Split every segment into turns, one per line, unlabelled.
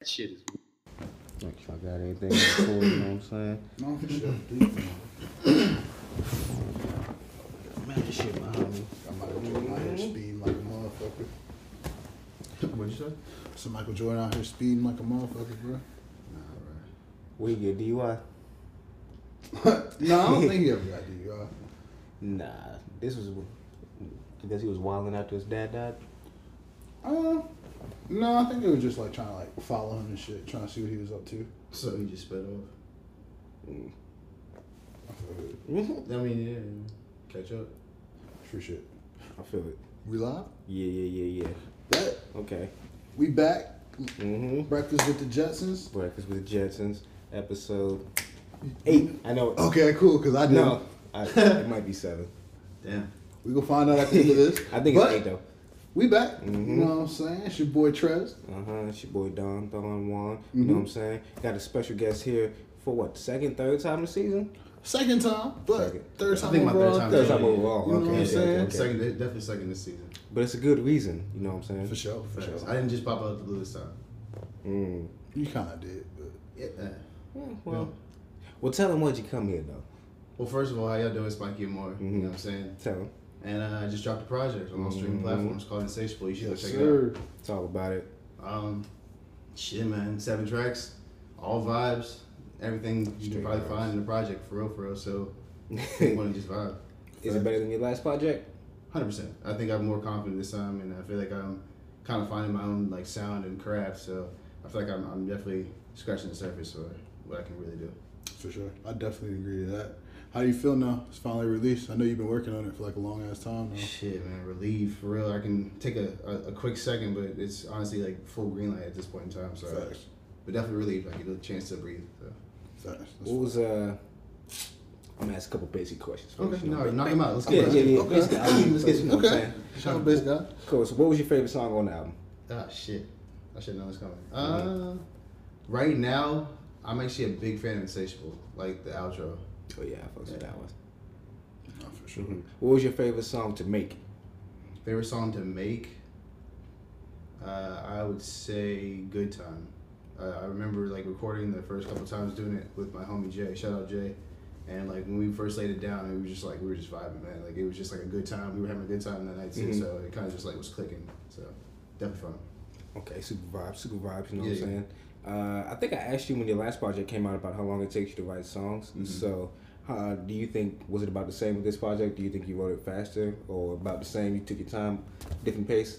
That shit is.
Make sure I got anything cool, you know what I'm saying?
No, for sure. Do you?
Man, this shit behind me.
Got Michael Jordan out here speeding like a motherfucker.
What'd you say?
So Michael Jordan out here speeding like a motherfucker, bro.
We get DUI.
no, I don't think he ever got DUI.
Nah, this was because he was wilding after his dad died.
Uh, no, I think they were just like trying to like follow him and shit, trying to see what he was up to. Mm.
So he just sped off.
I feel it.
I mean, yeah. Catch up.
True shit.
I feel it.
We live?
Yeah, yeah, yeah, yeah.
That
Okay.
we back.
Mm-hmm.
Breakfast with the Jetsons.
Breakfast with the Jetsons, episode eight. I know.
Okay, cool. Cause I know
No, I, it might be seven.
Damn.
we gonna find out at the end of this.
I think
but
it's eight though.
We back.
Mhm.
You know what I'm saying? It's your boy Trez.
Uh huh. It's your boy Don Don Juan. You know what I'm saying? Got a special guest here for what? Second, third time this season?
Second time, but
Second.
third
I
time
think my
overall.
third time.
Third time
yeah, yeah.
overall.
You know
okay,
what I'm
Yeah,
okay,
saying?
okay.
Second, definitely second this season.
But it's a good reason. You know what I'm saying?
For sure, for
Facts. I
sure.
didn't just pop out the blue this time.
Mm.
You kind of did, but
Yeah. uh,
Mm, Well, well, tell him why'd you come here though.
Well, first of all, how y'all doing, Spiky and Moore? You
Mhm.
know what I'm saying?
Tell him.
And uh, I just dropped a project on all streaming
Mhm.
platforms called Insatiable. You should
yes,
go check it
sir.
Talk about it.
out. Um, shit, man. Seven tracks, all vibes, everything you
Straight
can probably
vibes.
find in the project for real, for real. So you
Is
want to just vibe.
it better than your last project?
Hundred percent. I think I'm more confident this time, and I feel like I'm kind of finding my own like sound and craft. So I feel like I'm, I'm definitely scratching the surface for what I can really do.
For sure. I definitely agree to that. How do you feel now? It's finally released. I know you've been working on it for like a long ass time now.
Shit, man, relieved for real. I can take a, a, a quick second, but it's honestly like full green light at this point in time. So, uh,
Facts.
but definitely relieved. I get a chance to breathe. So.
Facts.
What was uh? I'm gonna ask a couple basic questions. first,
Okay,
Oh, you know?
no, knock him out. Let's
Yeah,
get
yeah,
it.
yeah.
Okay.
Basically, I mean, let's get you know what I'm
Okay.
saying.
Shout out bass guy.
Cool. So, what was your favorite song on the album?
Ah, shit. I should know it's coming. Uh, right now, I'm actually a big fan of Insatiable, like the outro.
Oh yeah, I fucked with that one.
No, for sure.
What was your favorite song to make?
Favorite song to make? Uh, I would say "Good Time." Uh, I remember like recording the first couple times doing it with my homie Jay. Shout out Jay. And like when we first laid it down, it was just like we were just vibing, man. Like it was just like a good time. We were having a good time that night too,
Mhm.
so it kind of just like was clicking. So definitely fun.
Okay, super vibes, super vibes. You know what I'm
Yeah,
saying? Uh, I think I asked you when your last project came out about how long it takes you to write songs. So, uh, do you think was it about the same with this project? Do you think you wrote it faster or about the same? You took your time, different pace.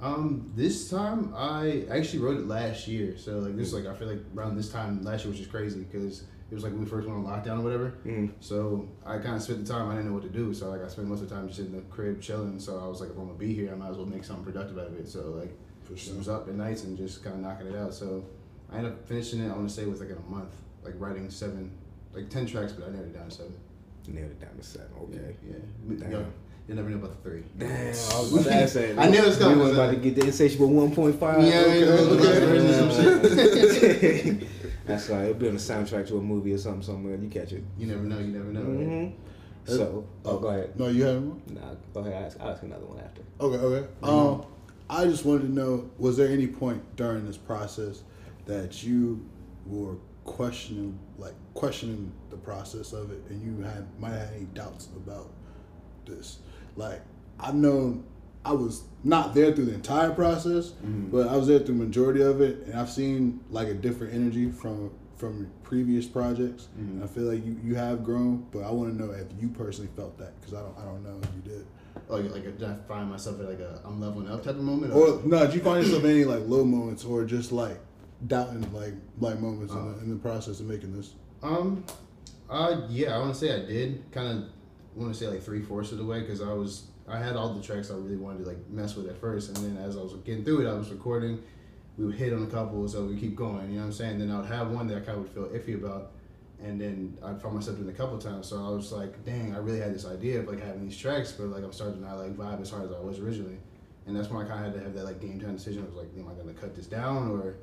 Um, this time I actually wrote it last year, so like this like I feel like around this time last year, which is crazy because it was like when we first went on lockdown or whatever.
Mm.
So I kind of spent the time I didn't know what to do, so like I spent most of the time just in the crib chilling. So I was like, if I'm gonna be here, I might as well make something productive out of it. So like,
For
just
sure.
was up at nights and just kind of knocking it out. So I ended up finishing it. I want to say it was like in a month, like writing seven, like ten tracks, but I narrowed it down to seven.
Nailed it down to seven. Okay.
Yeah, yeah.
Damn.
Yo, you never know about the three.
Damn, I was about to ask that.
I knew it was coming.
We were about to get the insatiable 1.5.
Yeah, yeah,
okay. That's all right. It'll be on the soundtrack to a movie or something somewhere. You catch it.
You never know. You never know. right?
Mm-hmm. So, oh, go ahead.
No, you haven't.
Nah, go ahead. I'll ask, I'll ask another one after.
Okay, okay. Um, I just wanted to know: was there any point during this process that you were questioning, like questioning the process of it, and you had might have had any doubts about this? Like, I've known I was not there through the entire process, but I was there through majority of it, and I've seen like a different energy from from previous projects. And I feel like you you have grown, but I want to know if you personally felt that because I don't I don't know if you did.
Like, like did I find myself at like a I'm leveling up type of moment?
Or no, did you find yourself in any like low moments or just like doubting like like moments in, the,
Uh.
in the process of making this?
Um, uh, yeah, I want to say I did kind of want to say like three fourths of the way because I was I had all the tracks I really wanted to like mess with at first, and then as I was getting through it, I was recording. We would hit on a couple, so we keep going. You know what I'm saying? Then I would have one that I kind of would feel iffy about, and then I found myself doing it a couple times. So I was like, dang, I really had this idea of like having these tracks, but like I'm starting to not like vibe as hard as I was originally, and that's when I kind of had to have that like game time decision. I was like, am I gonna cut this down or?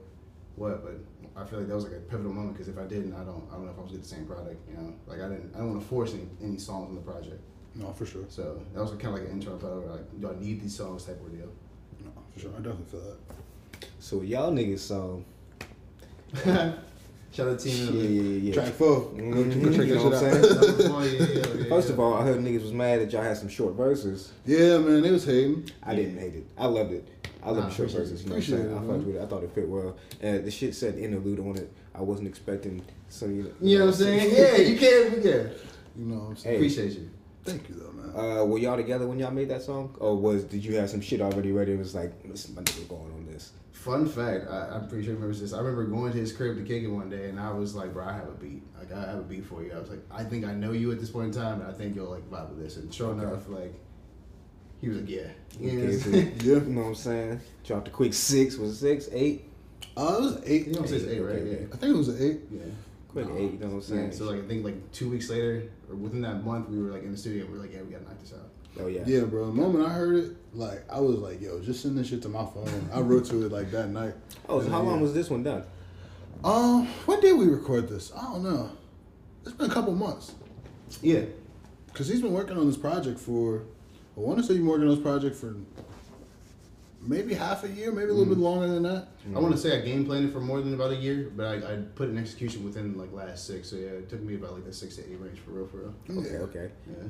what, but I feel like that was like a pivotal moment because if I didn't, I don't, I don't know if I was get the same product. You know, like I didn't, I don't want to force any, any songs on the project.
No, for sure.
So that was kind of like an internal thought, where, like, do I need these songs type ordeal?
No, for sure. I definitely feel that.
So, y'all niggas, so
Shout out to
Yeah,
Team
yeah,
Italy.
yeah.
Track 4 Go
Mhm.
check
You know what
that
I'm
shit out.
saying?
Oh, yeah, yeah, yeah,
First of
yeah.
all, I heard niggas was mad that y'all had some short verses.
Yeah, man, they was hating.
I didn't hate it. I loved it. I
Nah,
loved the short
appreciate
verses.
it.
You know what I'm saying?
Appreciate it,
I fucked
man.
with it. I thought it fit well. And the shit said interlude on it. I wasn't expecting some. You know,
you know what I'm saying? Yeah, you can't. Yeah,
You know what I'm saying?
Hey.
appreciate you.
Thank you, though, man.
Uh, were y'all together when y'all made that song, or was did you have some shit already ready? It was like, listen, my nigga going on this.
Fun fact, I, I'm pretty sure he remembers this. I remember going to his crib to kick it one day, and I was like, "Bro, I have a beat. Like, I have a beat for you." I was like, "I think I know you at this point in time, and I think you'll like vibe with this." And sure enough, like, he was like, "Yeah, You know what I'm
Okay, so-
saying?
Yeah.
You know what I'm saying? Dropped a quick six. Was it six, eight?
Uh, it was eight.
You know what I'm saying? It's eight, right?
Okay.
Yeah,
I think it was an eight.
yeah.
Quick
Nah.
eight. You know what I'm saying?
Yeah, so like I think like two weeks later or within that month we were like in the studio we were like yeah we gotta knock this out.
oh yeah.
Yeah, bro. The moment I heard it, like I was like, "Yo, just send this shit to my phone." I wrote to it like that night.
Oh, so how long was this one done?
Um, when did we record this? I don't know. It's been a couple months
Yeah.
because he's been working on this project for. I want to say you've been working on this project for maybe half a year, maybe a little
Mm.
bit longer than that.
I want to say I game planned it for more than about a year, but I, I put an execution within like last six. So yeah, it took me about like the six to eight range for real, for real.
Okay,
Yeah.
okay.
Yeah,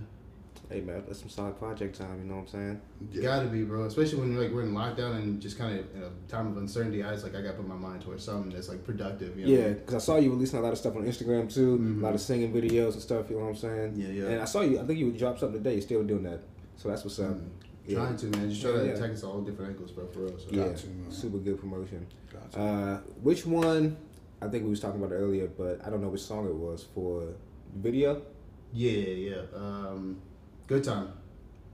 Hey man, that's some solid project time. You know what I'm saying?
Yeah.
gotta be, bro. Especially when like we're in lockdown and just kind of in a time of uncertainty. I was like, I gotta put my mind towards something that's like productive. You know?
Yeah, because I saw you releasing a lot of stuff on Instagram too, a lot of singing videos and stuff. You know what I'm saying?
Mm-hmm. Yeah, yeah.
And I saw you. I think you dropped something today. You're still doing that. So that's what's up.
Mm.
Yeah.
Trying to man, just trying
Yeah,
to
yeah.
attack us all different angles, bro, for real. So.
Yeah.
Got you, man.
Super good promotion.
Gotcha.
Uh, which one? I think we was talking about it earlier, but I don't know which song it was for video.
yeah, yeah. yeah. Um, good time.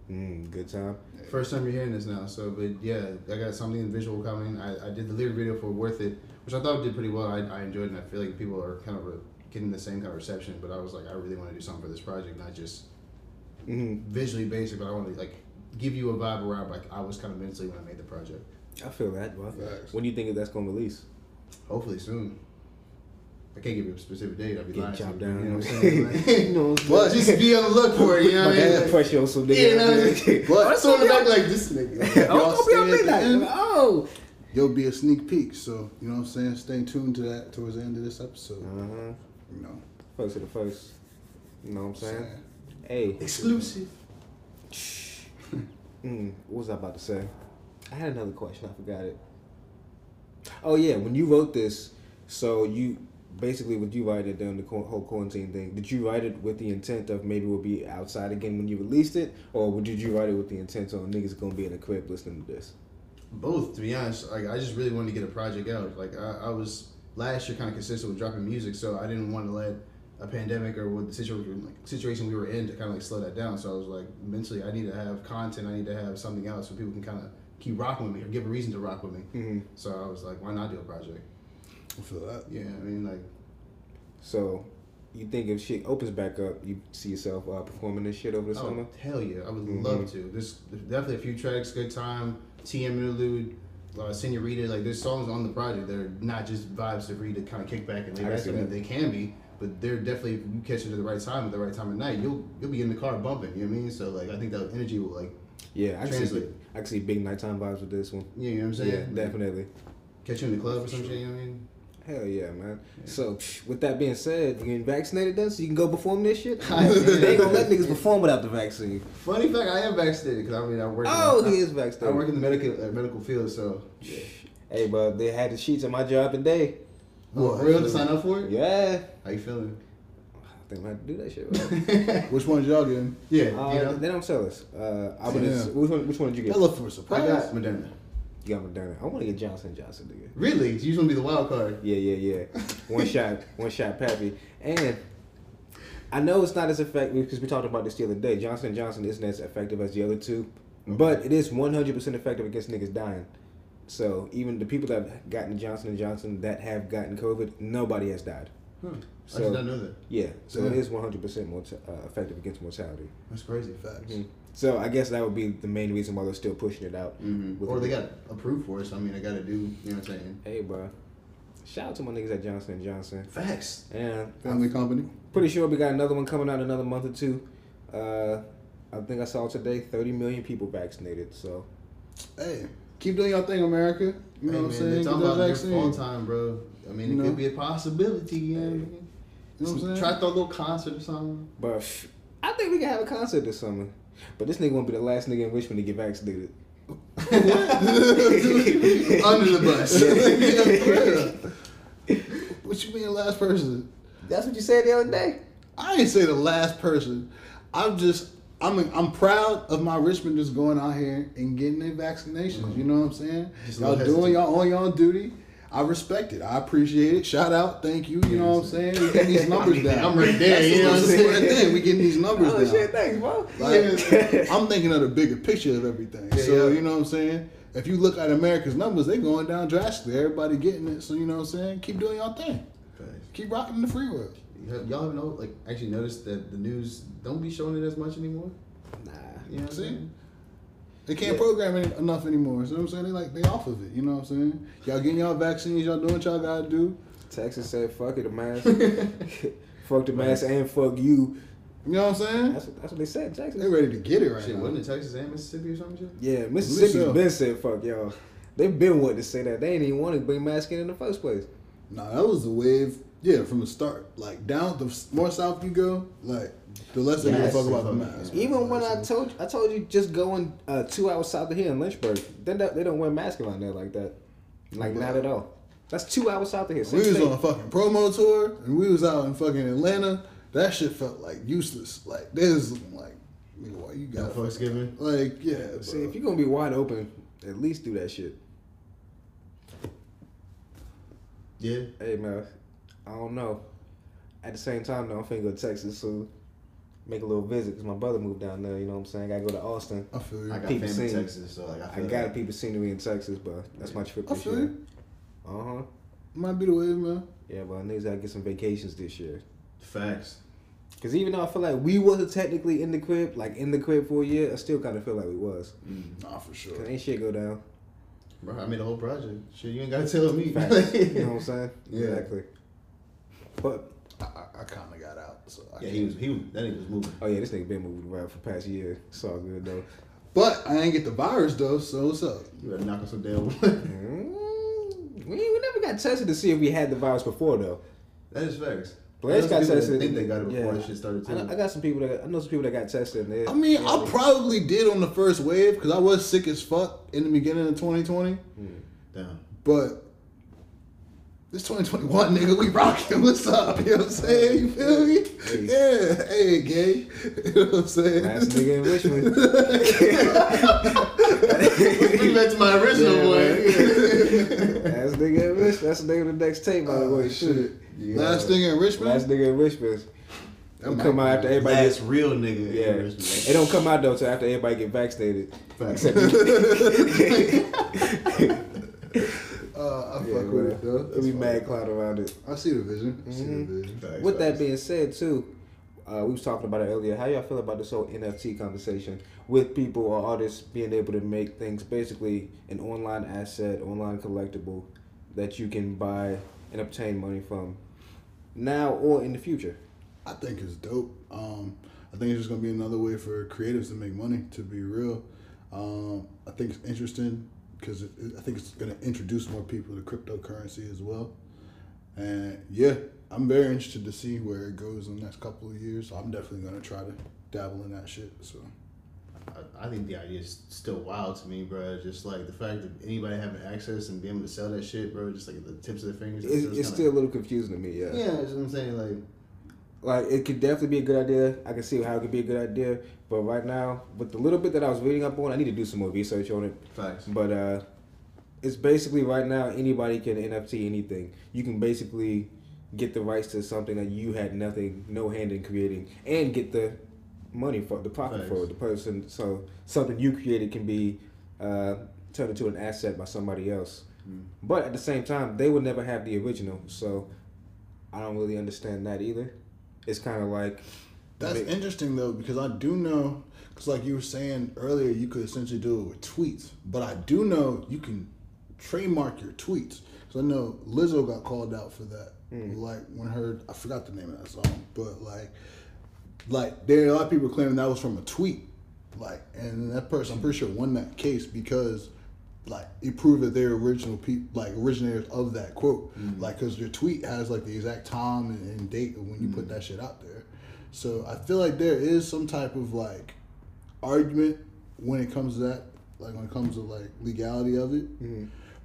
Mm, good time.
First time you're hearing this now, so but yeah, I got something visual coming. I, I did the lyric video for "Worth It," which I thought did pretty well. I, I enjoyed, it and I feel like people are kind of re- getting the same kind of reception. But I was like, I really want to do something for this project, not just
hmm
visually basic, but I want to like give you a vibe around like I was kind of mentally when I made the project.
I feel that. Bro.
Facts.
When do you think that's gonna release?
Hopefully soon. I can't give you a specific date. I'd be
Getting
lying. to
chopped
you,
down.
You know what I'm saying? Like,
you know what I'm
But-
just be on the look for it. You know what I
saying?
mean? Like,
pressure on some
yeah,
nigga.
you know
out
what
there.
I'm saying?
But-
Well, someone back like this nigga.
I'm
Y'all
Oh, gonna be on
stay at the end.
midnight. Oh.
You'll be a sneak peek, so you know what I'm saying. Stay tuned to that towards the end of this episode.
Uh huh.
You know,
First to the first. You know what I'm saying?
saying.
Hey.
Exclusive.
Mm, what was I about to say? I had another question. I forgot it. Oh yeah, when you wrote this, so you basically with you writing it during the qu- whole quarantine thing, did you write it with the intent of maybe we'll be outside again when you released it, or did you write it with the intent on niggas gonna be in the crib listening to this?
both to be honest like i just really wanted to get a project out like i, I was last year kind of consistent with dropping music so i didn't want to let a pandemic or what the situation like situation we were in to kind of like slow that down so i was like mentally i need to have content i need to have something else so people can kind of keep rocking with me or give a reason to rock with me
Mm-hmm.
so i was like why not do a project
I feel that.
yeah i mean like
So, you think if shit opens back up, you see yourself uh, performing this shit over the
oh,
summer?
hell yeah i would
Mhm.
love to there's definitely a few tracks good time tm interlude uh, Senorita, like there's songs on the project that are not just vibes to read to kind of kick back and lay
I
back.
see
I mean,
that.
they can be, but they're definitely if you catch it at the right time at the right time at night. You'll you'll be in the car bumping. You know what I mean? So like I think that energy will like
Yeah, I can, see,
Translate.
I can see big nighttime vibes with this one.
you know what I'm saying?
Yeah, definitely.
Catch you in the club or something. You know what I mean?
Hell yeah, man. So, psh, with that being said, you getting vaccinated then so you can go perform this shit?
I am.
they ain't gonna let niggas perform without the vaccine.
Funny fact, I am vaccinated because I mean I work.
Oh,
in,
he is
I, I work
vaccinated.
in the medical uh, medical field, so yeah.
Hey, bro, they had the sheets at my job today.
Oh,
What?
for real to sign up for it?
Yeah.
How you feeling?
I think I'm gonna have to do that shit, bro.
Which one's y'all getting?
yeah,
Uh,
you know.
They don't sell us. Uh, I would.
Yeah.
Which one? Which one did you get?
Y'all look for a surprise.
I got Moderna.
You got Moderna. I want to get Johnson Johnson, nigga.
Really? You just want to be the wild card?
Yeah, yeah, yeah. One shot, one shot, Pappy. And I know it's not as effective because we talked about this the other day. Johnson and Johnson isn't as effective as the other two, but it is one hundred percent effective against niggas dying. So even the people that have gotten Johnson and Johnson that have gotten COVID, nobody has died.
Huh. I
So-
did not know that.
Yeah, so it
Yeah.
is one hundred percent more uh, effective against mortality.
That's crazy.
Facts.
Mhm. So I guess that would be the main reason why they're still pushing it out.
Mm-hmm. Or they got approved for it, so I mean, I got to do, you know what I'm saying?
Hey, bro. Shout out to my niggas at Johnson and Johnson.
Facts.
And
Family company.
Pretty sure we got another one coming out in another month or two. Uh, I think I saw today 30 million people vaccinated. So
Hey, keep doing your thing, America.
Hey,
You know what I'm
man,
saying?
They're
Get
talking
that
about their
vaccine.
fall time, bro. I mean, it
You know?
could be a possibility. You know what I mean?
You know what I'm saying?
Try to throw a little concert or something.
But pff, I think we can have a concert this summer. But this nigga won't be the last nigga in Richmond to get vaccinated.
Under the bus.
What you mean, the last person?
That's what you said the other day.
I ain't say the last person. I'm just I'm I'm proud of my Richmonders going out here and getting their vaccinations. You know what I'm saying?
Just a
y'all
little
doing y'all on y'all duty. I respect it. I appreciate it. Shout out, thank you. You know what I'm saying? We getting these numbers down.
I'm right there. You know what I'm
That's
saying?
right there. We getting these numbers
Oh
down.
shit, thanks, bro.
Like, I'm thinking of the bigger picture of everything.
Yeah,
so
yeah.
you know what I'm saying. If you look at America's numbers, they going down drastically. Everybody getting it. So you know what I'm saying. Keep doing y'all thing. Keep rocking the free world.
You have- Y'all have no like actually noticed that the news don't be showing it as much anymore.
nah.
You know what I'm
See?
saying?
They can't
Yeah.
program it enough anymore. So I'm saying they like they off of it. You know what I'm saying? Y'all getting y'all vaccines. Y'all doing what y'all gotta do.
Texas said, "Fuck it, the mask. fuck the mask and fuck you."
You know what I'm saying?
That's what, that's what they said, Jackson.
They ready to get it right
Shit,
now.
wasn't it Texas and Mississippi or something? shit?
Yeah, Mississippi's
so.
been said fuck y'all. They've been wanting to say that. They ain't even want to bring mask in in the first place.
Nah, that was the wave. Yeah, from the start. Like down the more south you go, like the less they give a
Yes.
fuck about the mask.
Even when I told I told you just going uh, two hours south of here in Lynchburg, they don't, they don't wear masks around there like that, like not at all. That's two hours south of here. Same
We was
thing.
on a fucking promo tour and we was out in fucking Atlanta. That shit felt like useless. Like this, like nigga, why you
No
got
Thanksgiving.
like yeah. Bro.
See, if you're gonna be wide open, at least do that shit.
Yeah.
Hey man, I don't know. At the same time though, I'm finna go to Texas soon. Make a little visit because my brother moved down there. You know what I'm saying? I gotta go to Austin.
I feel you.
I got
People
family in
seen-
Texas, so like I,
I
feel
gotta
that.
peep the scenery in Texas, but that's my trip
I
this
feel
year.
you.
Uh huh.
Might be the wave, man.
Yeah, but I need to get some vacations this year.
facts.
Cause even though I feel like we wasn't technically in the crib, like in the crib for a year, I still kind of feel like we was.
Nah, for sure.
Cause ain't shit go down.
Bro, I made a whole project. Shit, you ain't gotta tell me.
Facts. you know what I'm saying?
Yeah.
Exactly. But
I, I, I kind of got out, so I
yeah,
can't.
he was he was that nigga was moving.
oh yeah, this nigga been moving around for the past year. It's all good though.
But I ain't get the virus though, so what's up?
You better knock us some damn wood.
Mm, we, we never got tested to see if we had the virus before though.
That is facts. Those
Blaze got
people that
tested.
think they got it before
Yeah.
this shit started
I, know,
too.
I got some people that got, I know some people that got tested. And they,
I mean,
yeah,
I probably did on the first wave because I was sick as fuck in the beginning of 2020,
Hmm.
Damn.
but. It's 2021, nigga. We rocking. What's up? You know what I'm saying? You feel me? Yeah. Hey, gay. You know what I'm saying?
last nigga in Richmond.
Bring back to my original
Yeah,
one.
last nigga in Richmond. That's the name of the next tape. By the
Oh,
way,
shit.
shit.
Yeah.
Last thing in Richmond.
Last nigga in Richmond. Don't
might
come out after everybody.
Last
gets-
real nigga.
Yeah, it don't come out though till after everybody get vaccinated.
Facts.
Except me.
uh, I fuck
yeah,
with it though.
it'll be
It's
mad
fine.
cloud around it.
I see the vision. I see
Mhm.
the vision.
Facts,
With that
facts.
being said, too, uh, we was talking about it earlier. How y'all feel about this whole NFT conversation with people or artists being able to make things basically an online asset, online collectible that you can buy and obtain money from now or in the future?
I think it's dope. Um, I think it's just gonna be another way for creatives to make money. To be real, um, I think it's interesting because it, it- I think it's gonna introduce more people to cryptocurrency as well. And yeah, I'm very interested to see where it goes in the next couple of years. I'm definitely gonna try to dabble in that shit. So
I, I think the idea is still wild to me, bro. Just like the fact that anybody having access and being able to sell that shit, bro. Just like at the tips of their fingers.
It's, it's still a
kinda-
little confusing to me, yeah.
Yeah, that's what I'm saying. Like,
like it could definitely be a good idea. I can see how it could be a good idea, but right now, with the little bit that I was reading up on, I need to do some more research on it.
facts.
But uh, it's basically right now anybody can NFT anything. You can basically get the rights to something that you had nothing, no hand in creating, and get the money for the profit
Thanks.
for it, the person. So something you created can be uh, turned into an asset by somebody else. But at the same time, they will never have the original. So I don't really understand that either. It's kind of like
that's
Big-
interesting though because I do know because like you were saying earlier, you could essentially do it with tweets, but I do know you can trademark your tweets. So I know Lizzo got called out for that. Like when her, I forgot the name of that song, but like, like there are a lot of people claiming that was from a tweet. Like, and that person, I'm pretty sure won that case because like it proved that they're original people, like originators of that quote, like because your tweet has like the exact time and, and date of when you put that shit out there. So I feel like there is some type of like argument when it comes to that, like when it comes to like legality of it.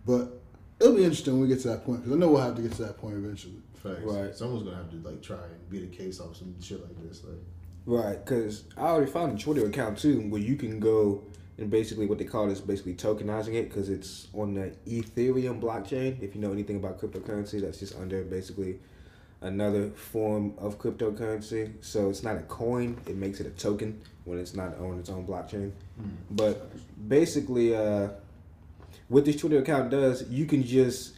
But it'll be interesting when we get to that point because I know we'll have to get to that point eventually.
Facts.
Right.
Someone's gonna have to like try and beat a case off some shit like this. Like,
Right, because I already found a Twitter account too, where you can go and basically what they call is basically tokenizing it because it's on the Ethereum blockchain. If you know anything about cryptocurrency, that's just under basically another form of cryptocurrency. So it's not a coin; it makes it a token when it's not on its own blockchain. But basically, uh, what this Twitter account does, you can just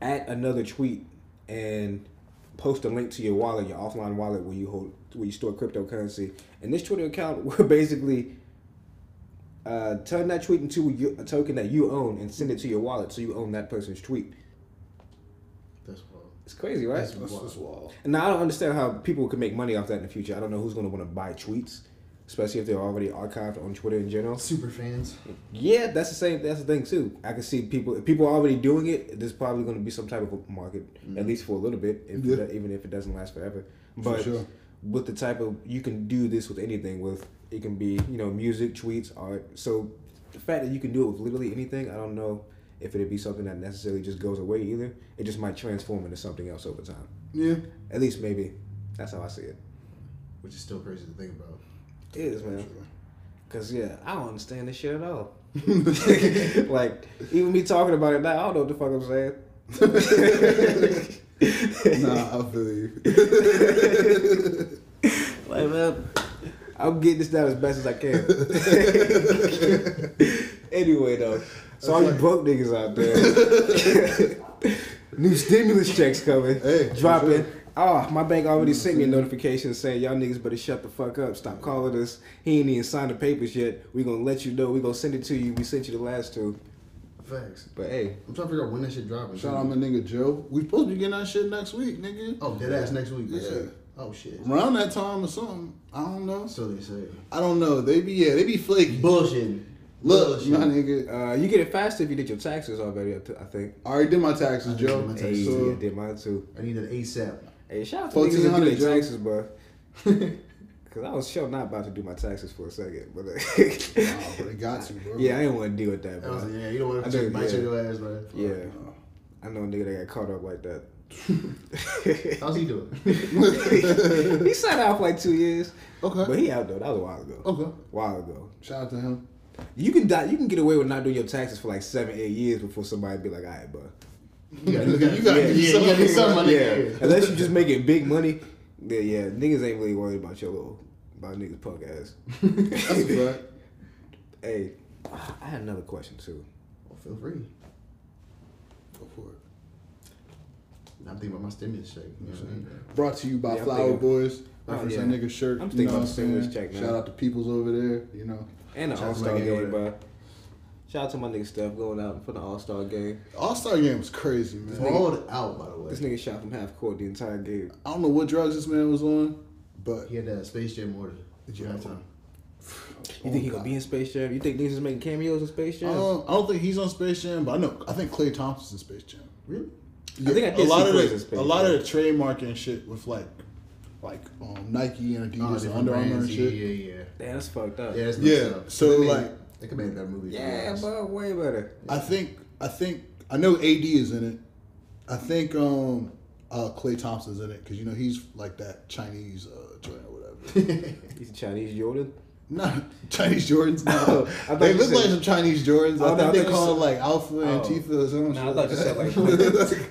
add another tweet and post a link to your wallet, your offline wallet where you hold where you store cryptocurrency. And this Twitter account will basically uh, turn that tweet into your, a token that you own and send it to your wallet, so you own that person's tweet.
that's wild.
It's crazy, right?
That's wild.
wild.
And now I don't understand how people could make money off that in the future. I don't know who's going to want to buy tweets, especially if they're already archived on Twitter in general.
Super fans.
Yeah, that's the same. That's the thing too. I can see people. If people are already doing it, there's probably going to be some type of a market, at least for a little bit, if
Yeah.
even if it doesn't last forever. But
sure.
with the type of you can do this with anything. With it can be you know music, tweets, art. So the fact that you can do it with literally anything, I don't know if it'd be something that necessarily just goes away either. It just might transform into something else over time.
Yeah.
At least maybe that's how I see it.
Which is still crazy to think about.
It is man.
Sure.
Cause yeah, I don't understand this shit at all. like even me talking about it now, I don't know what the fuck I'm saying.
Nah, I feel you.
Like man, I'm getting this down as best as I can. anyway though, so all you broke niggas out there, new stimulus checks coming,
Hey, for
dropping.
sure. Mm,
Oh, my bank already sent me a notification saying y'all niggas better shut the fuck up. Stop calling us. He ain't even signed the papers yet. We gonna let you know. We gonna send it to you. We sent you the last two.
Facts.
But hey,
I'm trying to figure out when that shit dropping.
Shout out my nigga Joe. We supposed to be getting that shit next week, nigga.
Oh, dead ass next week. that's
Yeah.
it. Oh shit.
Around that time or something. I don't know.
So they say.
I don't know. They be yeah, they be flaky.
Bullshit.
Look, my
Bullshit.
nigga.
uh, you get it faster if you did your taxes already. I th- I think.
I already did my taxes,
did
Joe.
my
Hey,
taxes.
yeah,
So
did mine too.
I need an ASAP.
Hey, shout out to niggas that do
1400,
their
Joe.
taxes, bro. Cause I was sure not about to do my taxes for a second, but uh,
Nah, but it got to, bro. Uh,
yeah, I didn't want to deal with that,
I was like,
bro.
yeah, you don't want
I
to
do,
check, bite
yeah.
your ass, man.
Yeah, I know a nigga that got caught up like that.
How's he doing?
he sat out for like two years, but
Okay.
he out though. That was a while ago.
Okay.
While ago,
Shout out to him.
you can die, you can get away with not doing your taxes for like seven, eight years before somebody be like, "All right, bro."
You gotta, you gotta,
You gotta
yeah,
do
yeah, you gotta do
something,
something.
yeah,
Yeah.
unless you just making big money, yeah, yeah, niggas ain't really worried about your little about niggas punk ass.
That's a fact.
Hey, I had another question too.
Well, feel free.
Go for it.
I'm thinking about my stimulus check. You know what I mean?
Brought to you by
Yeah, I'm
Flower
thinking-
Boys.
Oh,
Reference
yeah.
that nigga shirt.
I'm
I'm
thinking
you know
about
what I'm
stimulus
saying?
check, man.
Shout out to Peoples over there, you know.
And the
Shout out
All
to my
Star
gang
game,
over
bro. Shout out to my nigga Steph going out for the All Star game.
All Star game was crazy, man.
Balled out, by the way.
This nigga shot from half court the entire game.
I don't know what drugs this man was on, but
He had that Space Jam order.
Did you
Halftime.
have one?
You think he gonna be in Space Jam? You think niggas is making cameos in Space Jam?
I don't, I don't think he's on Space Jam, but I know I think Clay Thompson's in Space Jam.
Really?
I think I did
a lot
see
of
Clay's
the,
in Space
a lot
Jam.
of the trademark and shit with like like um, Nike and
Oh,
Adidas and
different
Under Armour and
brands,
shit.
Yeah, yeah, yeah.
Damn, that's fucked up.
Yeah,
Yeah,
that's
Yeah,
messed up.
so,
They made-
like-
they could make a better movie.
yeah but way better.
I think I think I know AD is in it. I think um uh Clay Thompson's in it because you know he's like that Chinese uh joint or whatever.
He's a Chinese Jordan.
Not Chinese Jordans.
Oh, I
No,
thought
they
you
look
said-
like some Chinese Jordans.
Oh,
I
no, I
think they
thought you
call
said-
it like Alpha and
Oh.
Tifa or something.
Nah, I thought you said like.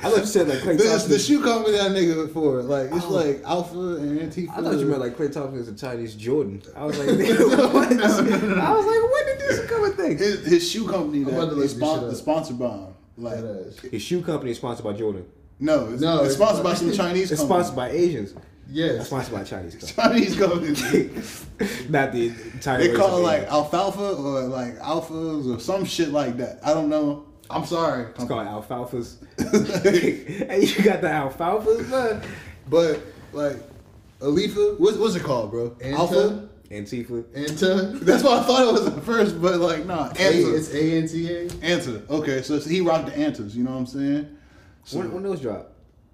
I thought you said like Clay
This,
Thompson.
the shoe company that nigga before, like it's
Oh.
like Alpha and Antifa.
I thought you meant like Clay Thompson is a Chinese Jordan. I was like, nigga, what? I was like, when did this become a thing?
his, his shoe company
about
that
to look
is
this
spon-
shit
the
up.
sponsor bomb. Like
Badass.
His shoe company is sponsored by Jordan.
no, it's,
No, it's-
it's, sponsored by some Chinese.
It's
company.
sponsored by Asians. It's
Yes.
sponsored by Chinese. company.
Chinese company.
Not the entire.
They
race
call it
of
like
Asians.
alfalfa or like alphas or some shit like that. I don't know. I'm sorry.
It's called alfalfas. and you got the alfalfas, man.
But like Alifa, what's, what's it called, bro?
Anta?
Alpha?
Antifa.
Anta.
That's what I thought it was at first, but like, nah.
A,
Anta.
it's A N T A.
Anta. Okay, so he rocked the Antas, you know what I'm saying? So,
When, when those drop?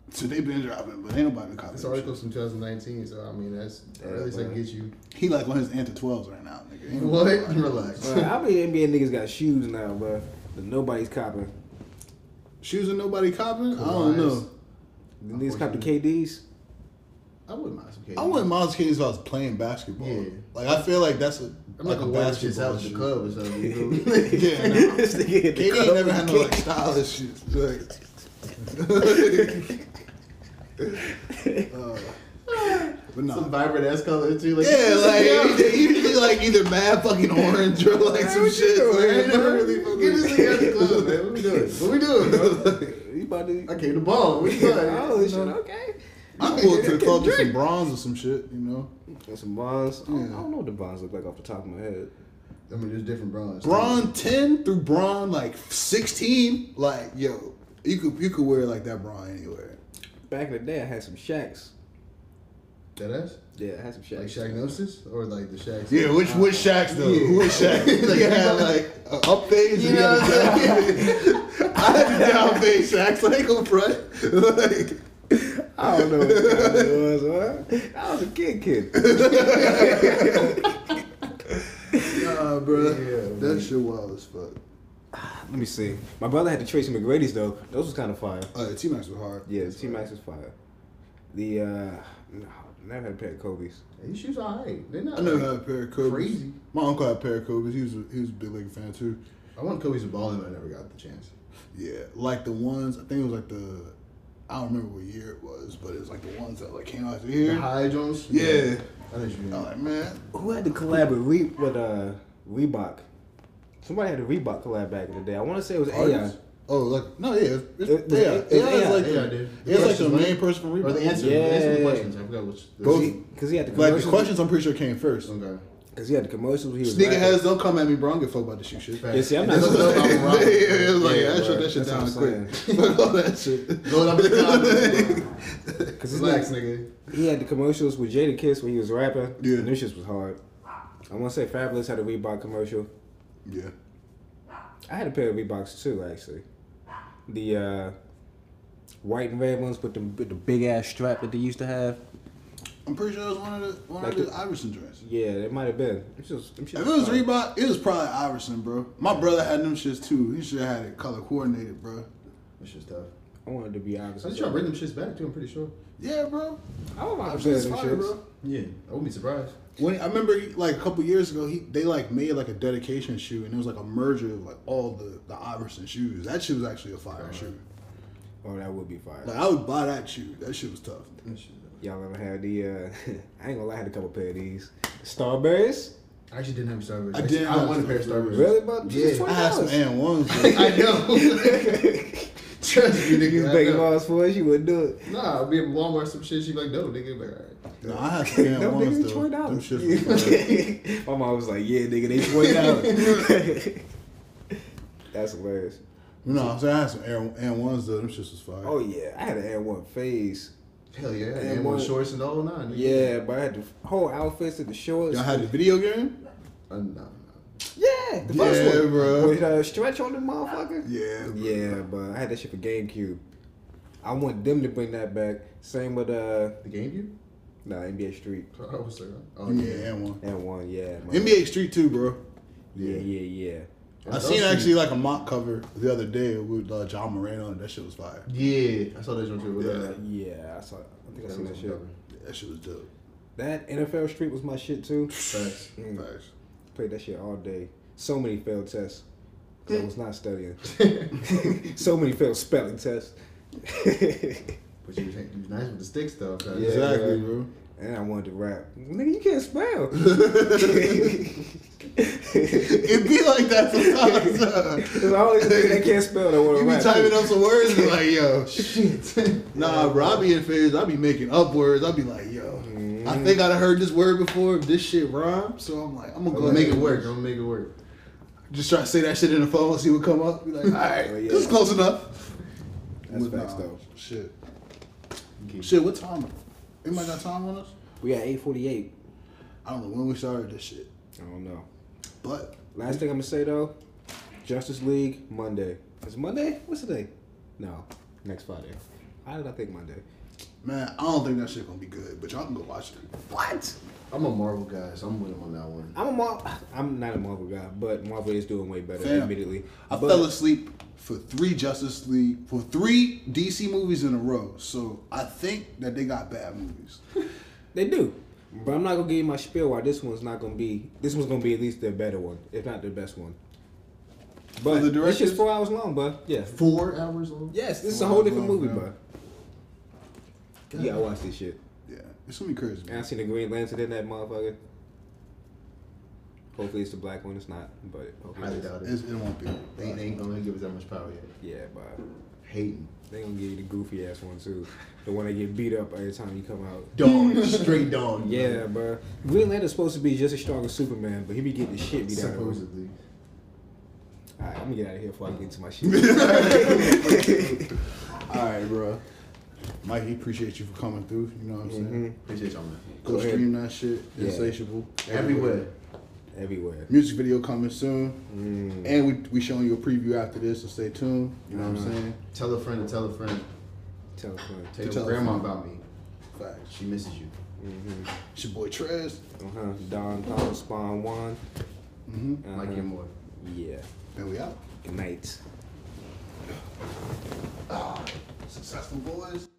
so they been dropping, but ain't nobody copying.
This
that shit.
article's from 2019, so I mean that's the
Yeah,
earliest I can
man.
get you.
He like on his Anta 12s right now, nigga. Ain't
What?
nobody copying.
Relax.
Bruh, I mean, NBA niggas got shoes now, bro. Nobody's copping.
Shoes and nobody copying? I
Kawhi's.
don't know.
The niggas cop the KDs.
I wouldn't mind some KD.
I wouldn't Miles Kidneys if I was playing basketball.
Yeah.
Like, I feel like that's a,
I'm like, a basketball out at the
shoe.
club or something. You know?
Yeah, nah.
This nigga hit the
KD ain't
club
never
with
had no
the
like stylish shit. Like, Uh, but nah.
Some vibrant ass color too. Like
yeah, like either, either, like either mad fucking orange or like some
What you
shit.
doing,
Like,
Hey,
I never
man,
really
Get this nigga
fucking
out the club, man. What we doing? What we doing? Bro?
You about
I
to?
came to ball. What we doing?
Oh shit! Okay.
I'm going to the club with some bronze or some shit, you know.
And some bonds. I, don't, I
Yeah.
don't know what the bonds look like off the top of my head.
I mean, there's different bronze.
Braun ten through Braun like sixteen, like yo, you could you could wear like that Braun anywhere.
Back in the day, I had some shacks.
That ass?
Yeah, I had some shacks.
Like Shagnosis? Or like the Shags?
Yeah, which which Shaq's though? Which Shaq? like you had like a up phase.
You
and
know
you had a down- I had the down phase Shaq's like go front. Like
I don't know what it was. Huh? I was a kid, kid.
nah, bro,
Yeah,
that
man.
shit wild as fuck.
Let me see. My brother had the Tracy McGrady's though. Those was kind of fire.
Uh, T Max was hard.
Yeah, T Max was fire. The uh, no, never had a pair of Kobe's.
These shoes are alright. They're not.
I never had a pair of Kobe's.
Crazy.
My uncle had a pair of Kobe's. He was a, he was a big Laker fan too.
I want Kobe's a ball, but I never got the chance.
Yeah, like the ones I think it was like the I don't remember what year it was, but it was like the ones that like came out
The
here.
high Jones?
Yeah.
I know what you mean.
I'm like, man,
Who had the collab with Re- with uh Reebok? Somebody had a Reebok collab back in the day. I want to say it was AI.
artists? Oh, like no, yeah, it's,
It-
it's,
it-
yeah,
it's
yeah, it's
AI,
like
yeah,
the,
dude.
yeah, it's like the
Questions,
main
right?
person from
Or
Reebok.
the answer.
Yeah.
The answer to the questions. I forgot which. the-
Both.
Because he had the
Like
commercials.
the questions, I'm pretty sure came first.
Okay.
Because he had the commercials. He was
This nigga
rapping.
has don't come at me, bro. I don't give a fuck about this shoe shit.
Yeah, see, I'm not.
That's what
I'm
I'm
wrong.
wrong.
it was like
Yeah,
that shit,
bro.
that shit
That's what
down
I'm
quick. Fuck all that shit.
Load up the comments.
Cause it's
Relax, nigga.
He had the commercials with Jada Kiss when he was rapping.
Yeah.
and them shits was hard. I want to say Fabulous had a Reebok commercial.
Yeah,
I had a pair of Reeboks too, actually. The uh, white and red ones with the with the big ass strap that they used to have.
I'm pretty sure it was one of the one
Like
of the,
the-
Iverson joints.
Yeah, it might have been. It's just, them shits
If it was
hard.
Reebok, it was probably Iverson, bro. My brother had them shits too. He should have had it color coordinated, bro.
This shit's tough.
I wanted to be honest.
I just try to bring them shits back too. I'm pretty sure.
Yeah, bro.
I don't like
Iverson's
them
fire,
shits.
bro.
Yeah, I wouldn't be surprised.
When I remember, like a couple years ago, he they like made like a dedication shoe, and it was like a merger of like all the the Iverson shoes. That shoe was actually a fire shoe.
Oh, that would be fire.
Like I would buy that shoe. That shoe was tough.
This shit-
Y'all ever had the? Uh, I ain't gonna lie, I had a couple pair of these Starbursts.
I actually didn't have a Starburst.
I didn't
I
have
want a pair of
Starburst.
Starburst.
Really, about
Yeah.
twenty
I had some
dollars.
and ones.
I know. Trust me,
You
nigga.
was
I
begging
know.
moms for it, she wouldn't do it.
Nah, I'll be at Walmart some shit. She'd be like, no, nigga. Like, all
no, I had some and
Them
ones
niggas
though.
twenty
Them
dollars.
shits was fire.
My mom was like, "Yeah, nigga, they twenty dollars." That's hilarious.
No, I'm saying I had some Air, Air Ones though. Them shits was fire.
Oh yeah, I had an Air One phase.
right. Hell yeah.
And
And
one-
one shorts and the whole nine. nigga.
Yeah, but I had the whole outfits and the shorts.
Y'all had the video game?
Uh, nah, nah.
yeah, the
Yeah,
first one,
bro.
With uh, stretch on the motherfucker.
Yeah.
Yeah, but I had that shit for GameCube. I want them to bring that back. Same with uh,
The GameCube?
nah, NBA Street
I was like, oh,
Yeah,
yeah.
Air One.
and one. Yeah, man.
NBA Street Two, bro.
Yeah, yeah, yeah.
I seen actually like a mock cover the other day with uh, John Moreno. and That shit was fire.
Yeah, I saw that joint too. With, uh,
Yeah, I saw. I think I seen that shit.
Yeah, That shit was dope.
That NFL Street was my shit too.
Facts.
Mm,
Facts.
played that shit all day. So many failed tests. 'cause I was not studying. so many failed spelling tests.
But you was, you was nice with the sticks though. so-
Yeah,
exactly,
yeah.
bro.
and I wanted to rap. Nigga, you can't spell.
It be like that sometimes. huh?
It's always a nigga that can't spell that want
you
to
be
rap.
typing
too.
up some words and be like, yo,
Shit.
nah, bro. I be in phase. I be making up words. I be like, yo,
Mm-hmm.
I think I done heard this word before. This shit rhymes, so I'm like, I'm gonna
I'm
go
gonna make
ahead
it
and
work. I'm gonna make it work.
Just try to say that shit in the phone, see what come up. Be like, all right,
Oh, yeah.
this is close enough.
That's
But
facts,
nah,
though.
Shit,
Okay.
shit. What time? Anybody got time on us?
We got 848.
I don't know when we started this shit,
I don't know.
but
Last thing I'm gonna say though, Justice League Monday. Is it Monday? What's the day? No, next Friday. How did I think Monday?
man, I don't think that shit gonna be good. But y'all can go watch it.
What?
I'm a Marvel guy, so I'm with him on that one.
I'm a Mar- I'm not a Marvel guy, but Marvel is doing way better.
Fam,
Admittedly,
I
but
fell asleep for three Justice League for three DC movies in a row. So I think that they got bad movies.
they do. But I'm not gonna give you my spiel why this one's not gonna be. This one's gonna be at least the better one, if not the best one. But
the
it's
directors?
just four hours long, but yeah,
Four hours long.
yes, this is a
Four
whole
hours
different
long,
movie,
bro.
bro. Yeah, I watched this shit.
Yeah, it's gonna be crazy.
And I
Man.
seen the Green Lantern in that motherfucker. Hopefully it's the black one. It's not, but hopefully
Highly
it is.
doubt it.
It's, it won't be.
They, they ain't gonna give us that much power yet.
yeah, but
Hating.
they gonna give you the goofy ass one too, the one that get beat up every time you come out.
Dog. Straight dog. bro.
Yeah, bro. Green Lantern's supposed to be just as strong as Superman, but he be getting the shit beat out of him.
Supposedly.
Alright, I'm gonna get out of here before I get into my shit.
All right, bro. Mikey, appreciate you for coming through. You know what I'm saying?
Appreciate y'all, man.
Mm-hmm.
Go,
Go ahead.
stream that shit.
Yeah.
Insatiable.
Everywhere.
Everywhere.
Music video coming soon.
Mm.
And we we showing you a preview after this, so stay tuned. You know what I'm
Mhm.
saying?
Tell a friend to tell a friend.
Tell a friend.
Tell,
tell
your
a
grandma
friend.
about me.
Facts.
She misses you.
It's your boy Trez.
Uh-huh. Don Don Spawn One.
Mm-hmm.
Uh-huh.
Like your more.
Yeah.
And we out.
Good night.
Successful boys.